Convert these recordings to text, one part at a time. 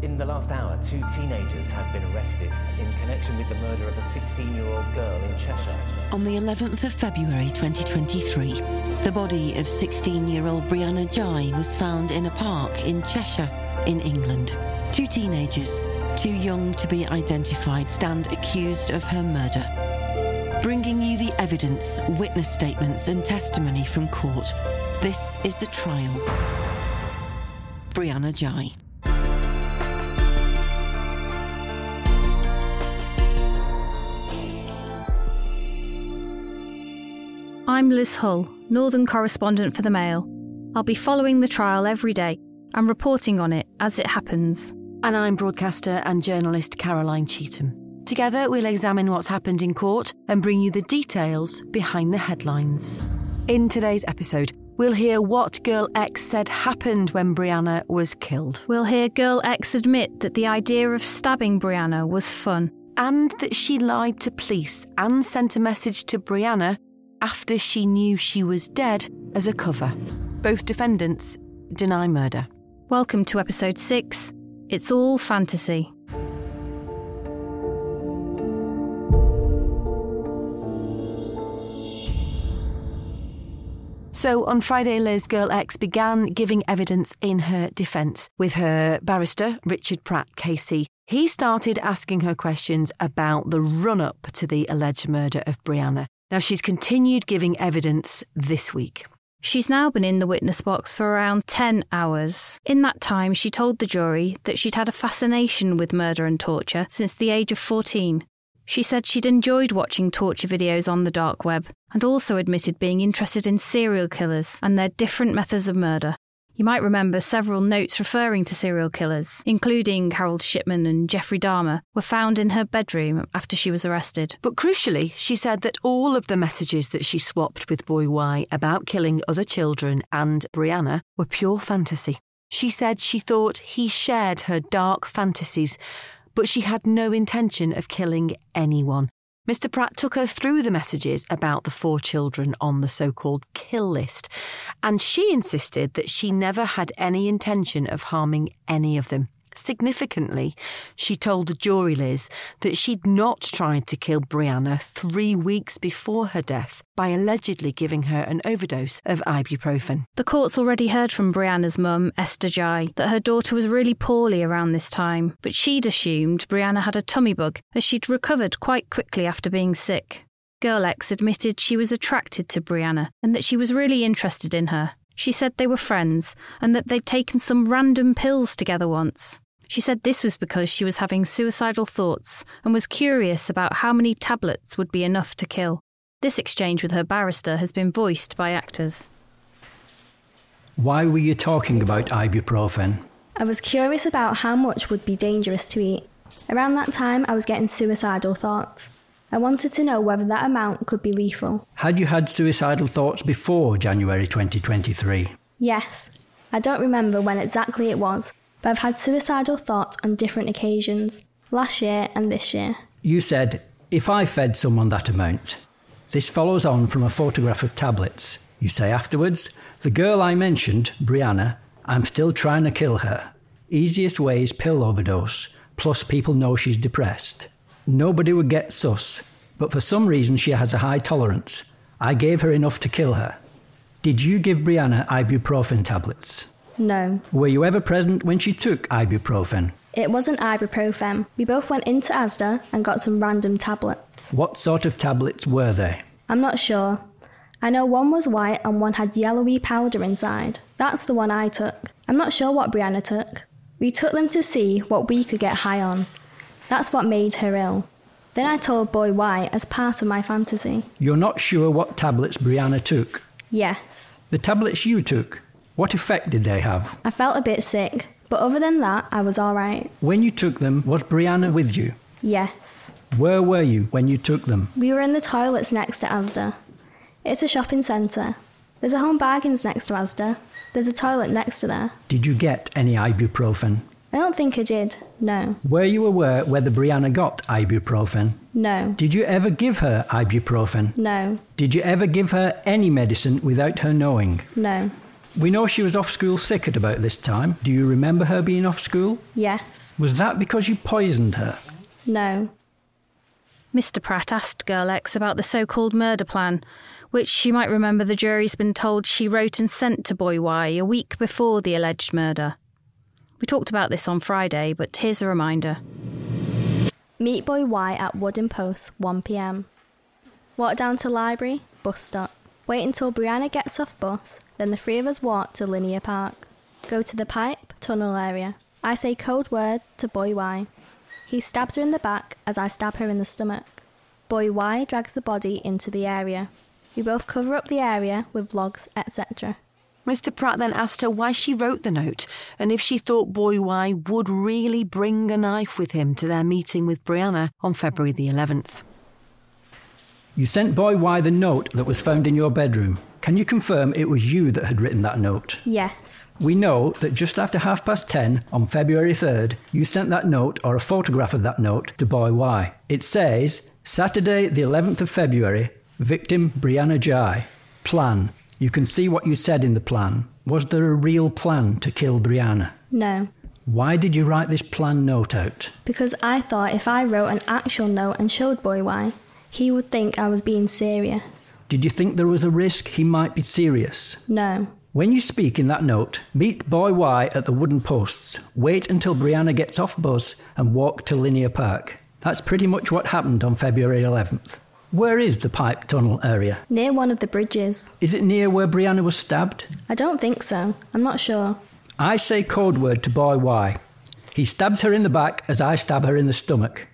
In the last hour, two teenagers have been arrested in connection with the murder of a 16 year old girl in Cheshire. On the 11th of February 2023, the body of 16 year old Brianna Jai was found in a park in Cheshire, in England. Two teenagers, too young to be identified, stand accused of her murder. Bringing you the evidence, witness statements, and testimony from court, this is the trial. Brianna Jai. I'm Liz Hull, Northern correspondent for the Mail. I'll be following the trial every day and reporting on it as it happens. And I'm broadcaster and journalist Caroline Cheetham. Together, we'll examine what's happened in court and bring you the details behind the headlines. In today's episode, we'll hear what Girl X said happened when Brianna was killed, We'll hear Girl X admit that the idea of stabbing Brianna was fun. and that she lied to police and sent a message to Brianna after she knew she was dead as a cover. Both defendants deny murder. Welcome to episode 6. It's all fantasy. So on Friday, Liz Girl X began giving evidence in her defence with her barrister, Richard Pratt Casey. He started asking her questions about the run up to the alleged murder of Brianna. Now, she's continued giving evidence this week. She's now been in the witness box for around 10 hours. In that time, she told the jury that she'd had a fascination with murder and torture since the age of 14. She said she'd enjoyed watching torture videos on the dark web and also admitted being interested in serial killers and their different methods of murder. You might remember several notes referring to serial killers, including Harold Shipman and Jeffrey Dahmer, were found in her bedroom after she was arrested. But crucially, she said that all of the messages that she swapped with Boy Y about killing other children and Brianna were pure fantasy. She said she thought he shared her dark fantasies, but she had no intention of killing anyone. Mr. Pratt took her through the messages about the four children on the so called kill list, and she insisted that she never had any intention of harming any of them. Significantly, she told the jury, Liz, that she'd not tried to kill Brianna three weeks before her death by allegedly giving her an overdose of ibuprofen. The court's already heard from Brianna's mum, Esther Jai, that her daughter was really poorly around this time, but she'd assumed Brianna had a tummy bug as she'd recovered quite quickly after being sick. Girl X admitted she was attracted to Brianna and that she was really interested in her. She said they were friends and that they'd taken some random pills together once. She said this was because she was having suicidal thoughts and was curious about how many tablets would be enough to kill. This exchange with her barrister has been voiced by actors. Why were you talking about ibuprofen? I was curious about how much would be dangerous to eat. Around that time, I was getting suicidal thoughts. I wanted to know whether that amount could be lethal. Had you had suicidal thoughts before January 2023? Yes, I don't remember when exactly it was, but I've had suicidal thoughts on different occasions last year and this year. You said, if I fed someone that amount. This follows on from a photograph of tablets. You say afterwards, the girl I mentioned, Brianna, I'm still trying to kill her. Easiest way is pill overdose, plus people know she's depressed. Nobody would get sus, but for some reason she has a high tolerance. I gave her enough to kill her. Did you give Brianna ibuprofen tablets? No, Were you ever present when she took ibuprofen? it wasn't ibuprofen. We both went into Asda and got some random tablets. What sort of tablets were they? I'm not sure. I know one was white and one had yellowy powder inside. That's the one I took. I'm not sure what Brianna took. We took them to see what we could get high on. That's what made her ill. Then I told Boy Y as part of my fantasy. You're not sure what tablets Brianna took. Yes. The tablets you took, what effect did they have? I felt a bit sick, but other than that, I was alright. When you took them, was Brianna with you? Yes. Where were you when you took them? We were in the toilets next to Asda. It's a shopping centre. There's a home bargains next to Asda. There's a toilet next to there. Did you get any ibuprofen? I don't think I did. No. Were you aware whether Brianna got ibuprofen? No. Did you ever give her ibuprofen? No. Did you ever give her any medicine without her knowing? No. We know she was off school sick at about this time. Do you remember her being off school? Yes. Was that because you poisoned her? No. Mr. Pratt asked Girl X about the so called murder plan, which you might remember the jury's been told she wrote and sent to Boy Y a week before the alleged murder. We talked about this on Friday, but here's a reminder. Meet Boy Y at Wooden Post, 1pm. Walk down to library, bus stop. Wait until Brianna gets off bus, then the three of us walk to Linear Park. Go to the pipe, tunnel area. I say code word to Boy Y. He stabs her in the back as I stab her in the stomach. Boy Y drags the body into the area. We both cover up the area with logs, etc. Mr. Pratt then asked her why she wrote the note and if she thought Boy Y would really bring a knife with him to their meeting with Brianna on February the 11th. You sent Boy Y the note that was found in your bedroom. Can you confirm it was you that had written that note? Yes. We know that just after half past 10 on February 3rd, you sent that note or a photograph of that note to Boy Y. It says, Saturday, the 11th of February, victim Brianna Jai. Plan. You can see what you said in the plan. Was there a real plan to kill Brianna? No. Why did you write this plan note out? Because I thought if I wrote an actual note and showed Boy Y, he would think I was being serious. Did you think there was a risk he might be serious? No. When you speak in that note, meet Boy Y at the wooden posts. Wait until Brianna gets off bus and walk to Linear Park. That's pretty much what happened on February 11th. Where is the pipe tunnel area? Near one of the bridges. Is it near where Brianna was stabbed? I don't think so. I'm not sure. I say code word to Boy Y. He stabs her in the back as I stab her in the stomach.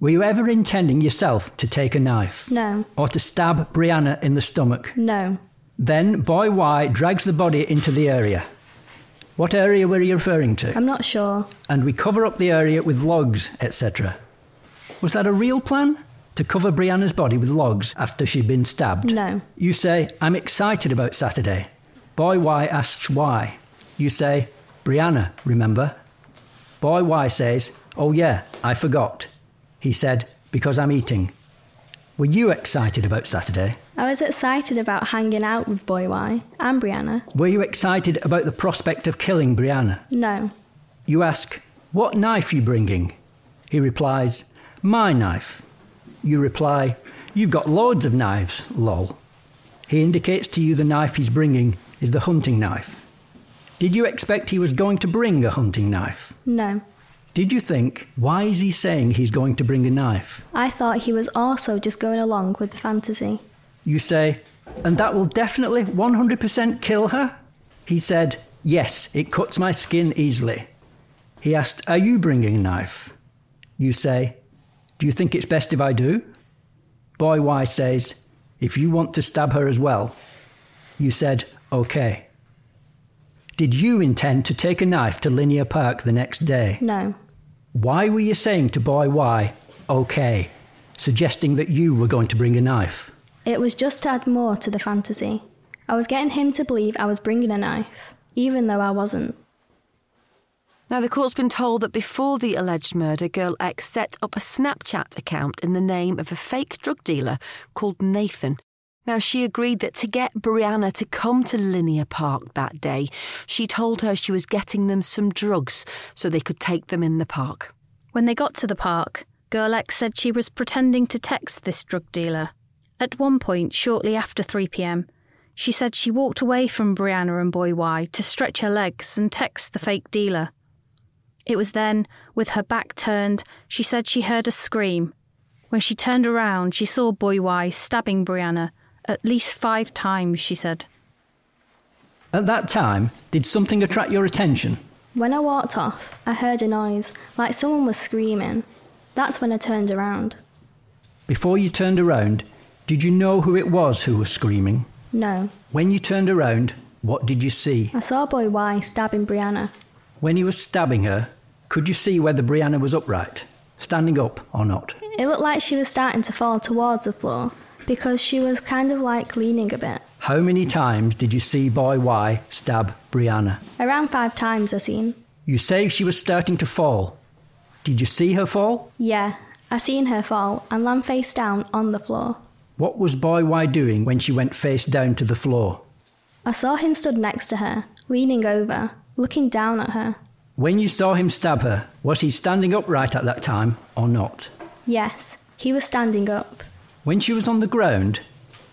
Were you ever intending yourself to take a knife? No. Or to stab Brianna in the stomach? No. Then Boy Y drags the body into the area. What area were you referring to? I'm not sure. and we cover up the area with logs, etc. Was that a real plan? To cover Brianna's body with logs after she'd been stabbed? No. You say, I'm excited about Saturday. Boy Y asks why. You say, Brianna, remember? Boy Y says, Oh yeah, I forgot. He said, Because I'm eating. Were you excited about Saturday? I was excited about hanging out with Boy Y and Brianna. Were you excited about the prospect of killing Brianna? No. You ask, What knife you bringing? He replies, My knife. You reply, You've got loads of knives, lol. He indicates to you the knife he's bringing is the hunting knife. Did you expect he was going to bring a hunting knife? No. Did you think, Why is he saying he's going to bring a knife? I thought he was also just going along with the fantasy. You say, And that will definitely 100% kill her? He said, Yes, it cuts my skin easily. He asked, Are you bringing a knife? You say, Do you think it's best if I do? Boy Y says, If you want to stab her as well. You said, OK. Did you intend to take a knife to Linear Park the next day? No. Why were you saying to Boy Y, OK, suggesting that you were going to bring a knife? It was just to add more to the fantasy. I was getting him to believe I was bringing a knife, even though I wasn't. Now, the court's been told that before the alleged murder, Girl X set up a Snapchat account in the name of a fake drug dealer called Nathan. Now, she agreed that to get Brianna to come to Linear Park that day, she told her she was getting them some drugs so they could take them in the park. When they got to the park, Girl X said she was pretending to text this drug dealer. At one point, shortly after 3 pm, she said she walked away from Brianna and Boy Y to stretch her legs and text the fake dealer. It was then, with her back turned, she said she heard a scream. When she turned around, she saw Boy Y stabbing Brianna at least five times, she said. At that time, did something attract your attention? When I walked off, I heard a noise, like someone was screaming. That's when I turned around. Before you turned around, did you know who it was who was screaming? No. When you turned around, what did you see? I saw Boy Y stabbing Brianna. When he was stabbing her, could you see whether Brianna was upright, standing up or not? It looked like she was starting to fall towards the floor because she was kind of like leaning a bit. How many times did you see Boy Y stab Brianna? Around five times I seen. You say she was starting to fall. Did you see her fall? Yeah, I seen her fall and land face down on the floor. What was Boy Y doing when she went face down to the floor? I saw him stood next to her, leaning over, looking down at her. When you saw him stab her, was he standing upright at that time or not? Yes, he was standing up. When she was on the ground,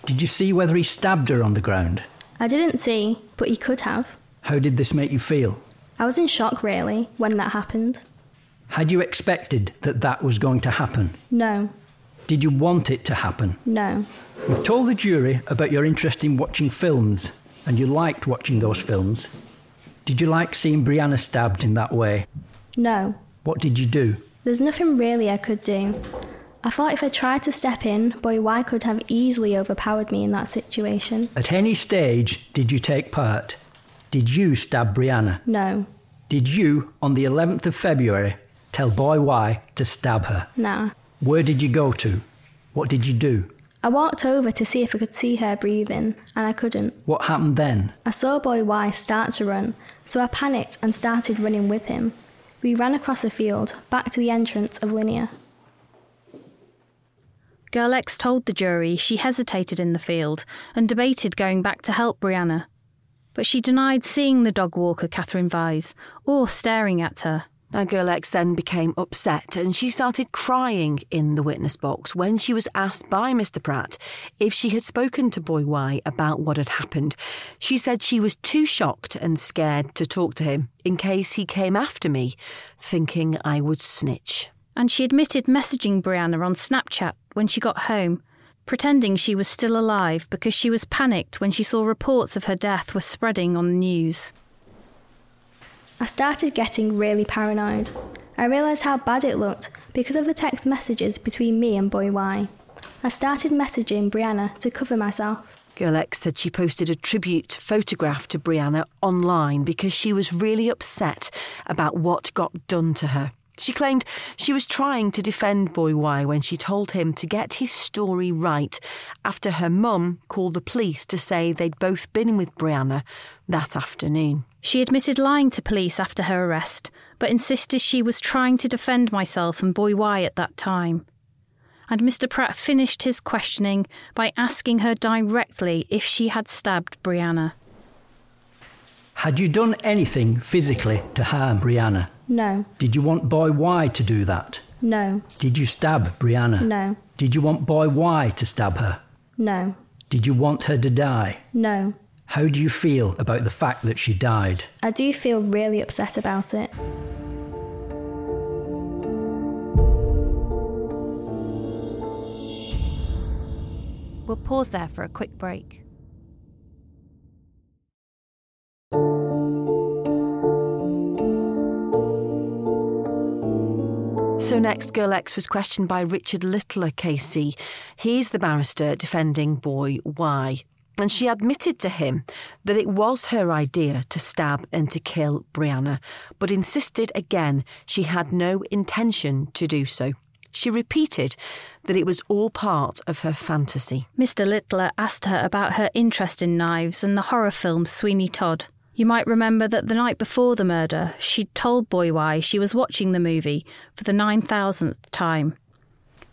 did you see whether he stabbed her on the ground? I didn't see, but he could have. How did this make you feel? I was in shock, really, when that happened. Had you expected that that was going to happen? No, Did you want it to happen? no, You've told the jury about your interest in watching films, and you liked watching those films. Did you like seeing Brianna stabbed in that way? no. What did you do? There's nothing really I could do. I thought if I tried to step in, Boy Y could have easily overpowered me in that situation. At any stage, did you take part? Did you stab Brianna? No, Did you, on the 11th of February, tell Boy Y to stab her? nah. Where did you go to? What did you do? I walked over to see if I could see her breathing, and I couldn't. What happened then? I saw Boy Y start to run, so I panicked and started running with him. We ran across a field, back to the entrance of Linear. Girl X told the jury she hesitated in the field and debated going back to help Brianna. But she denied seeing the dog walker Catherine Vise or staring at her. Now, Girl X then became upset and she started crying in the witness box when she was asked by Mr. Pratt if she had spoken to Boy Y about what had happened. She said she was too shocked and scared to talk to him in case he came after me, thinking I would snitch. And she admitted messaging Brianna on Snapchat when she got home, pretending she was still alive because she was panicked when she saw reports of her death were spreading on the news. I started getting really paranoid. I realised how bad it looked because of the text messages between me and Boy Y. I started messaging Brianna to cover myself. Girl X said she posted a tribute photograph to Brianna online because she was really upset about what got done to her. She claimed she was trying to defend Boy Y when she told him to get his story right after her mum called the police to say they'd both been with Brianna that afternoon. She admitted lying to police after her arrest, but insisted she was trying to defend myself and Boy Y at that time. And Mr. Pratt finished his questioning by asking her directly if she had stabbed Brianna. Had you done anything physically to harm Brianna? No, Did you want Boy Y to do that? no, Did you stab Brianna? no, Did you want Boy Y to stab her? no, Did you want her to die? no. How do you feel about the fact that she died? I do feel really upset about it. We'll pause there for a quick break. So next, Girl X was questioned by Richard Littler KC. He's the barrister defending boy Y. And she admitted to him that it was her idea to stab and to kill Brianna, but insisted again she had no intention to do so. She repeated that it was all part of her fantasy. Mr. Littler asked her about her interest in knives and the horror film Sweeney Todd. You might remember that the night before the murder, she'd told Boy Y she was watching the movie for the 9,000th time.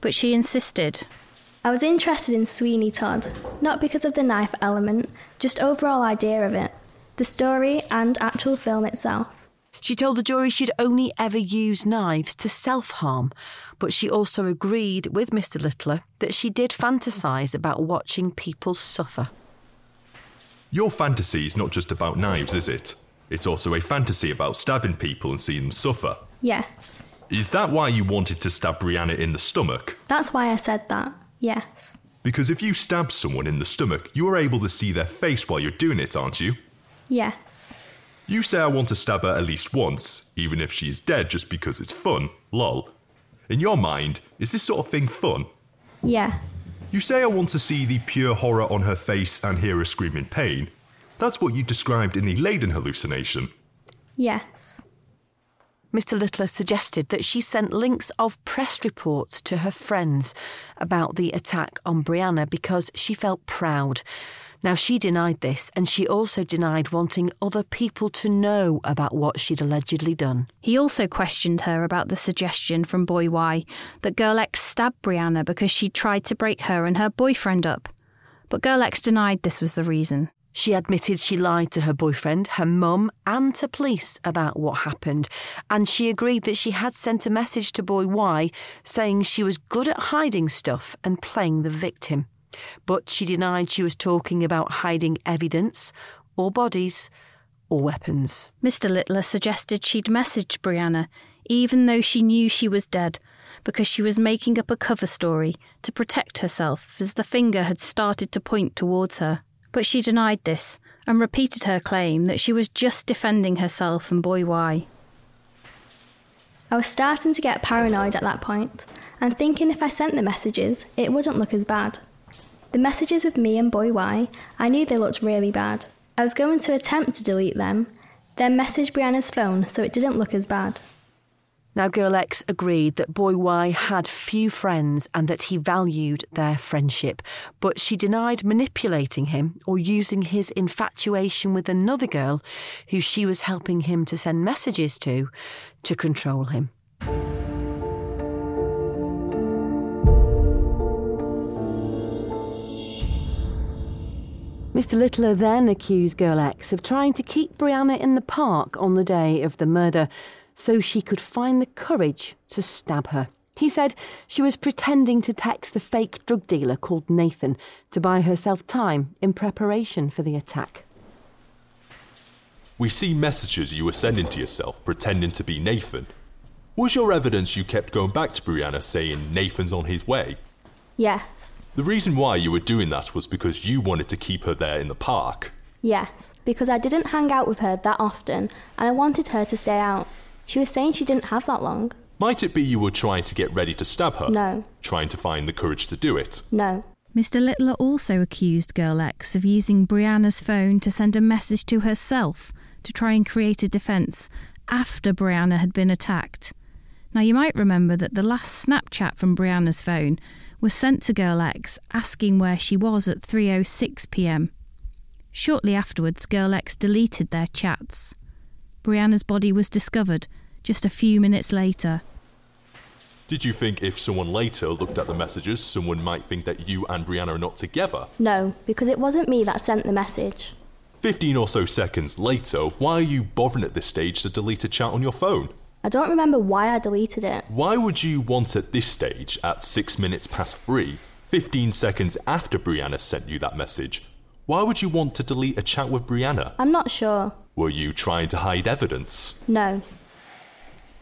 But she insisted. I was interested in Sweeney Todd, not because of the knife element, just overall idea of it, the story and actual film itself. She told the jury she'd only ever used knives to self harm, but she also agreed with Mr. Littler that she did fantasise about watching people suffer. Your fantasy is not just about knives, is it? It's also a fantasy about stabbing people and seeing them suffer. Yes. Is that why you wanted to stab Brianna in the stomach? That's why I said that. Yes. Because if you stab someone in the stomach, you are able to see their face while you're doing it, aren't you? Yes. You say I want to stab her at least once, even if she is dead just because it's fun, lol. In your mind, is this sort of thing fun? Yeah. You say I want to see the pure horror on her face and hear her scream in pain. That's what you described in the Leyden hallucination. Yes. Mr. Littler suggested that she sent links of press reports to her friends about the attack on Brianna because she felt proud. Now, she denied this, and she also denied wanting other people to know about what she'd allegedly done. He also questioned her about the suggestion from Boy Y that Girl X stabbed Brianna because she tried to break her and her boyfriend up. But Girl X denied this was the reason. She admitted she lied to her boyfriend, her mum, and to police about what happened, and she agreed that she had sent a message to boy Y saying she was good at hiding stuff and playing the victim. But she denied she was talking about hiding evidence or bodies or weapons. Mr. Littler suggested she'd message Brianna, even though she knew she was dead, because she was making up a cover story to protect herself as the finger had started to point towards her. But she denied this and repeated her claim that she was just defending herself and Boy Y. I was starting to get paranoid at that point and thinking if I sent the messages, it wouldn't look as bad. The messages with me and Boy Y, I knew they looked really bad. I was going to attempt to delete them, then message Brianna's phone so it didn't look as bad. Now, Girl X agreed that Boy Y had few friends and that he valued their friendship, but she denied manipulating him or using his infatuation with another girl who she was helping him to send messages to to control him. Mr. Littler then accused Girl X of trying to keep Brianna in the park on the day of the murder so she could find the courage to stab her. He said she was pretending to text the fake drug dealer called Nathan to buy herself time in preparation for the attack. We see messages you were sending to yourself pretending to be Nathan. Was your evidence you kept going back to Brianna saying Nathan's on his way? Yes, The reason why you were doing that was because you wanted to keep her there in the park. yes, because I didn't hang out with her that often and I wanted her to stay out. She was saying she didn't have that long. Might it be you were trying to get ready to stab her? No. Trying to find the courage to do it? No, Mr. Littler also accused Girl X of using Brianna's phone to send a message to herself to try and create a defence after Brianna had been attacked. Now, you might remember that the last Snapchat from Brianna's phone was sent to Girl X asking where she was at 3:06 p.m. Shortly afterwards, Girl X deleted their chats. Brianna's body was discovered just a few minutes later. Did you think if someone later looked at the messages, someone might think that you and Brianna are not together? no, because it wasn't me that sent the message. 15 or so seconds later, why are you bothering at this stage to delete a chat on your phone? I don't remember why I deleted it. Why would you want at this stage, at 6 minutes past 3, 15 seconds after Brianna sent you that message, why would you want to delete a chat with Brianna? I'm not sure. Were you trying to hide evidence? No,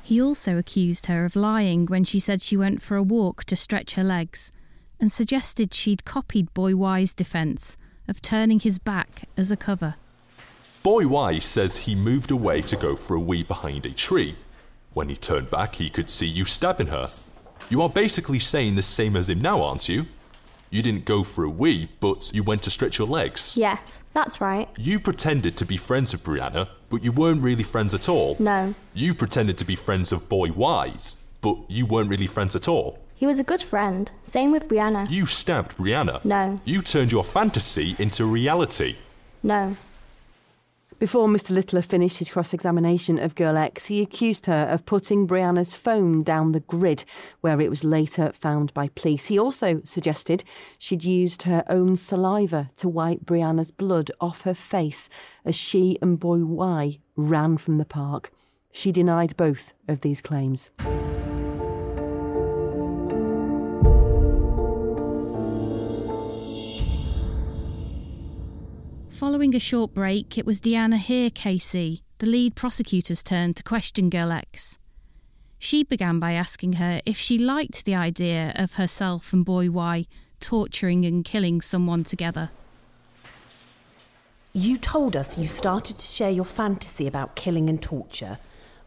He also accused her of lying when she said she went for a walk to stretch her legs and suggested she'd copied Boy Y's defence of turning his back as a cover. Boy Y says he moved away to go for a wee behind a tree. When he turned back, he could see you stabbing her. You are basically saying the same as him now, aren't you? You didn't go for a wee, but you went to stretch your legs. yes, that's right. You pretended to be friends with Brianna, but you weren't really friends at all. No, You pretended to be friends of Boy Wise, but you weren't really friends at all. he was a good friend. Same with Brianna. You stabbed Brianna. No. You turned your fantasy into reality. No, Before Mr. Littler finished his cross examination of Girl X, he accused her of putting Brianna's phone down the grid, where it was later found by police. He also suggested she'd used her own saliva to wipe Brianna's blood off her face as she and Boy Y ran from the park. She denied both of these claims. Following a short break, it was Deanna here, Casey, the lead prosecutor's turn to question Girl X. She began by asking her if she liked the idea of herself and Boy Y torturing and killing someone together. You told us you started to share your fantasy about killing and torture.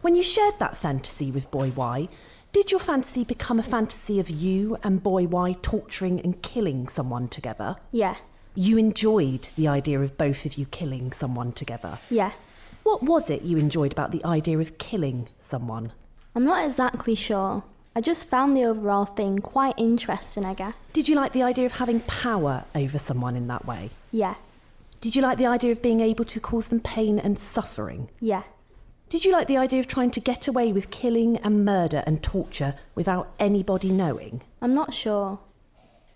When you shared that fantasy with Boy Y, did your fantasy become a fantasy of you and Boy Y torturing and killing someone together? yes, You enjoyed the idea of both of you killing someone together. yes. What was it you enjoyed about the idea of killing someone? I'm not exactly sure. I just found the overall thing quite interesting, I guess. Did you like the idea of having power over someone in that way? Yes, Did you like the idea of being able to cause them pain and suffering? yes, Did you like the idea of trying to get away with killing and murder and torture without anybody knowing? I'm not sure.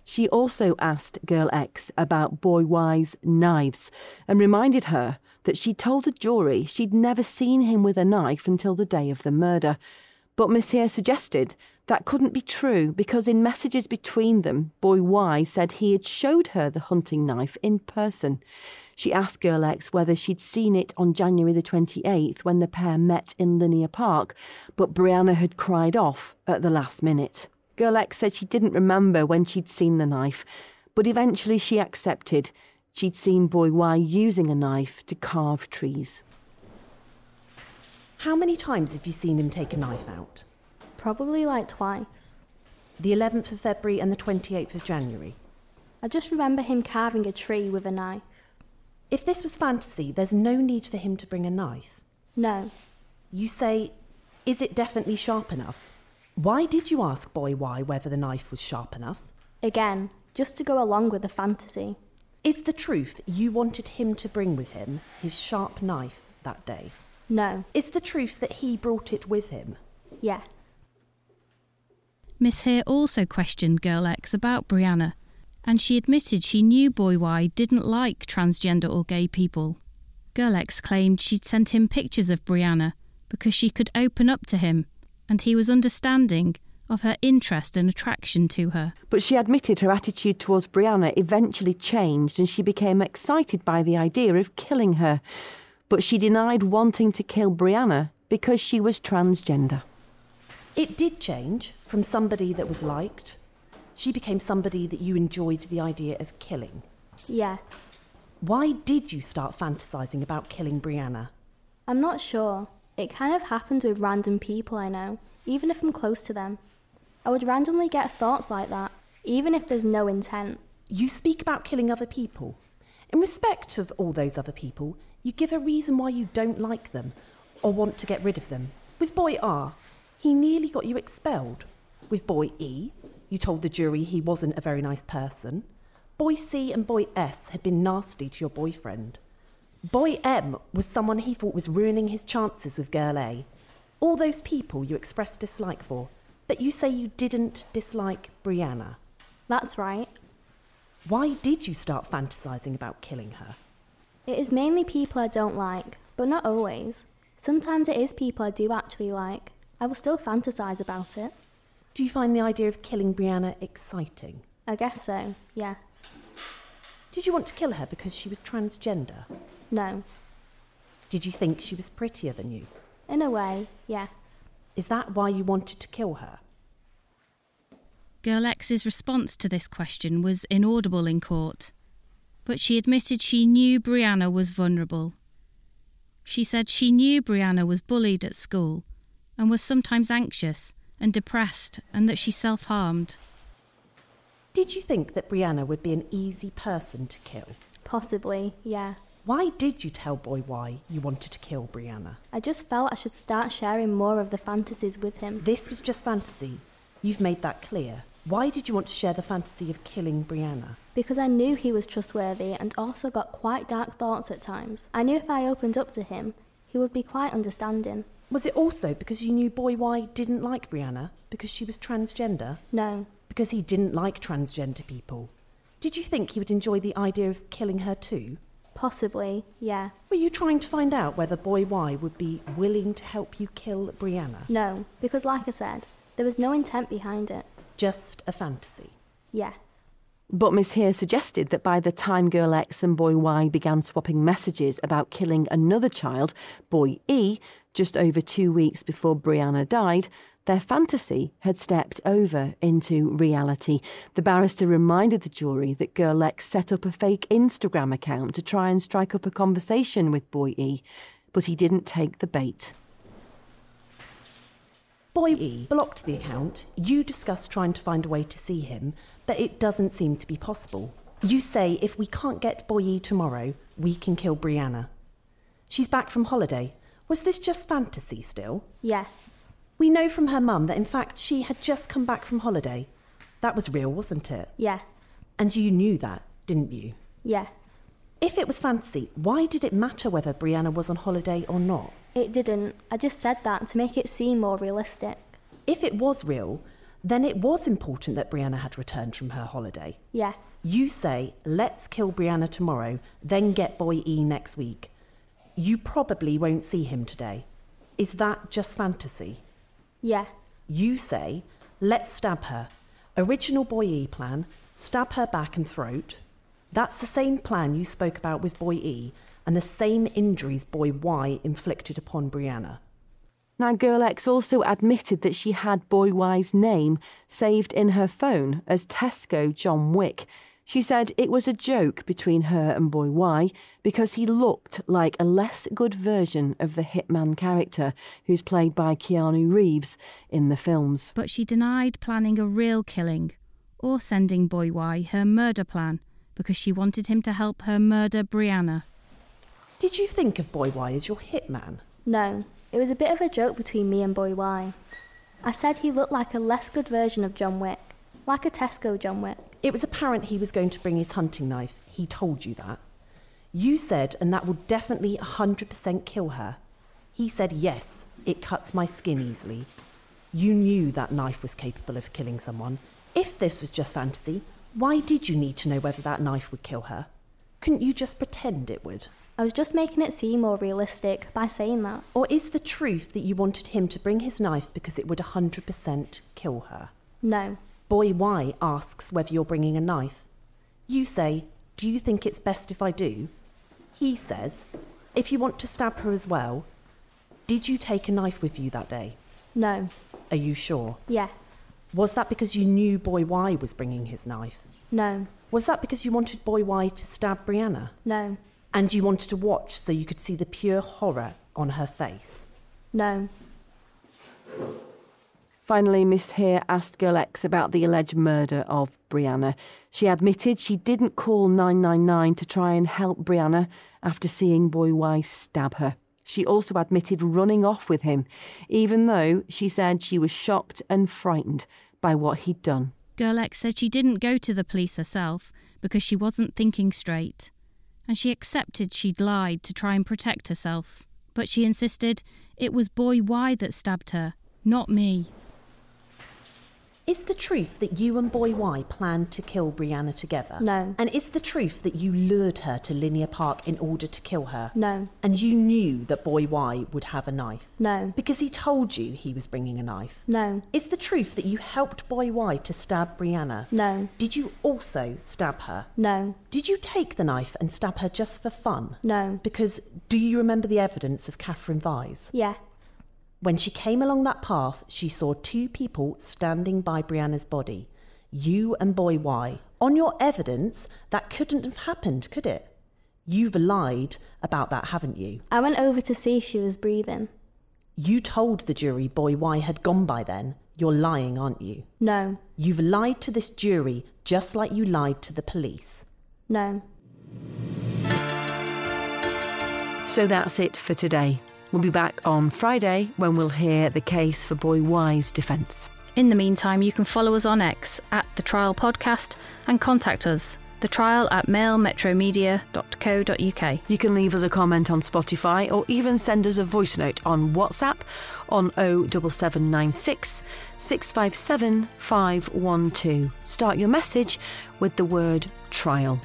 She also asked Girl X about Boy Y's knives and reminded her that she'd told the jury she'd never seen him with a knife until the day of the murder. But Miss Hare suggested that couldn't be true because in messages between them, Boy Y said he had showed her the hunting knife in person. She asked Girl X whether she'd seen it on January the 28th when the pair met in Linear Park, but Brianna had cried off at the last minute. Girl X said she didn't remember when she'd seen the knife, but eventually she accepted she'd seen Boy Y using a knife to carve trees. How many times have you seen him take a knife out? Probably like twice. The 11th of February and the 28th of January. I just remember him carving a tree with a knife. If this was fantasy, there's no need for him to bring a knife. No, You say, is it definitely sharp enough? Why did you ask Boy Why whether the knife was sharp enough? again, just to go along with the fantasy. Is the truth you wanted him to bring with him his sharp knife that day? No, Is the truth that he brought it with him? yes, Miss Hare also questioned Girl X about Brianna, and she admitted she knew Boy Y didn't like transgender or gay people. Girl X claimed she'd sent him pictures of Brianna because she could open up to him, and he was understanding of her interest and attraction to her. But she admitted her attitude towards Brianna eventually changed and she became excited by the idea of killing her. But she denied wanting to kill Brianna because she was transgender. It did change from somebody that was liked. She became somebody that you enjoyed the idea of killing. yeah. Why did you start fantasizing about killing Brianna? I'm not sure. It kind of happens with random people I know, even if I'm close to them. I would randomly get thoughts like that, even if there's no intent. You speak about killing other people. In respect of all those other people, you give a reason why you don't like them or want to get rid of them. With boy R, he nearly got you expelled. With boy E, you told the jury he wasn't a very nice person. Boy C and boy S had been nasty to your boyfriend. Boy M was someone he thought was ruining his chances with girl A. All those people you expressed dislike for, but you say you didn't dislike Brianna. That's right. Why did you start fantasizing about killing her? It is mainly people I don't like, but not always. Sometimes it is people I do actually like. I will still fantasize about it. Do you find the idea of killing Brianna exciting? I guess so, yes. Did you want to kill her because she was transgender? No. Did you think she was prettier than you? In a way, yes. Is that why you wanted to kill her? Girl X's response to this question was inaudible in court, but she admitted she knew Brianna was vulnerable. She said she knew Brianna was bullied at school and was sometimes anxious and depressed and that she self harmed. Did you think that Brianna would be an easy person to kill? Possibly, yeah. Why did you tell Boy Why you wanted to kill Brianna? I just felt I should start sharing more of the fantasies with him. This was just fantasy. You've made that clear. Why did you want to share the fantasy of killing Brianna? Because I knew he was trustworthy and also got quite dark thoughts at times. I knew if I opened up to him, he would be quite understanding. Was it also because you knew Boy Why didn't like Brianna because she was transgender? No, Because he didn't like transgender people. Did you think he would enjoy the idea of killing her too? possibly, yeah. Were you trying to find out whether Boy Y would be willing to help you kill Brianna? No, because like I said, there was no intent behind it. Just a fantasy. Yes. But Miss Hare suggested that by the time Girl X and Boy Y began swapping messages about killing another child, Boy E, just over two weeks before Brianna died, their fantasy had stepped over into reality. The barrister reminded the jury that Girl X set up a fake Instagram account to try and strike up a conversation with Boy E, but he didn't take the bait. Boy E blocked the account. You discussed trying to find a way to see him, but it doesn't seem to be possible. You say if we can't get Boy E tomorrow, we can kill Brianna. She's back from holiday. Was this just fantasy still? Yes. We know from her mum that in fact she had just come back from holiday. That was real, wasn't it? Yes. And you knew that, didn't you? Yes. If it was fancy, why did it matter whether Brianna was on holiday or not? It didn't. I just said that to make it seem more realistic. If it was real, then it was important that Brianna had returned from her holiday. Yes. You say, let's kill Brianna tomorrow, then get Boy E next week. You probably won't see him today. Is that just fantasy? Yes. You say, let's stab her. Original Boy E plan, stab her back and throat. That's the same plan you spoke about with Boy E and the same injuries Boy Y inflicted upon Brianna. Now, Girl X also admitted that she had Boy Y's name saved in her phone as Tesco John Wick. She said it was a joke between her and Boy Y because he looked like a less good version of the Hitman character who's played by Keanu Reeves in the films. But she denied planning a real killing or sending Boy Y her murder plan because she wanted him to help her murder Brianna. Did you think of Boy Y as your hitman? No. It was a bit of a joke between me and Boy Y. I said he looked like a less good version of John Wick, like a Tesco John Wick. It was apparent he was going to bring his hunting knife. He told you that. You said, and that will definitely 100% kill her. He said, yes, it cuts my skin easily. You knew that knife was capable of killing someone. If this was just fantasy, why did you need to know whether that knife would kill her? Couldn't you just pretend it would? I was just making it seem more realistic by saying that. Or is the truth that you wanted him to bring his knife because it would 100% kill her? No. Boy Y asks whether you're bringing a knife. You say, Do you think it's best if I do? He says, If you want to stab her as well, did you take a knife with you that day? No. Are you sure? Yes. Was that because you knew Boy Y was bringing his knife? No. Was that because you wanted Boy Y to stab Brianna? No. And you wanted to watch so you could see the pure horror on her face? No. Finally, Miss Hare asked Girl X about the alleged murder of Brianna. She admitted she didn't call 999 to try and help Brianna after seeing Boy Y stab her. She also admitted running off with him, even though she said she was shocked and frightened by what he'd done. Girl X said she didn't go to the police herself because she wasn't thinking straight, and she accepted she'd lied to try and protect herself. But she insisted it was Boy Y that stabbed her, not me. Is the truth that you and Boy Y planned to kill Brianna together? No. And is the truth that you lured her to Linear Park in order to kill her? No. And you knew that Boy Y would have a knife? No. Because he told you he was bringing a knife? No. Is the truth that you helped Boy Y to stab Brianna? No. Did you also stab her? No. Did you take the knife and stab her just for fun? No. Because do you remember the evidence of Catherine Vise? Yes. When she came along that path, she saw two people standing by Brianna's body, you and Boy Y. On your evidence, that couldn't have happened, could it? You've lied about that, haven't you? I went over to see if she was breathing. You told the jury Boy Y had gone by then. You're lying, aren't you? No. You've lied to this jury just like you lied to the police. No. So that's it for today. We'll be back on Friday when we'll hear the case for Boy Y's defence. In the meantime, you can follow us on X at The Trial Podcast and contact us, the trial at mailmetromedia.co.uk. You can leave us a comment on Spotify or even send us a voice note on WhatsApp on 07796 657 512. Start your message with the word trial.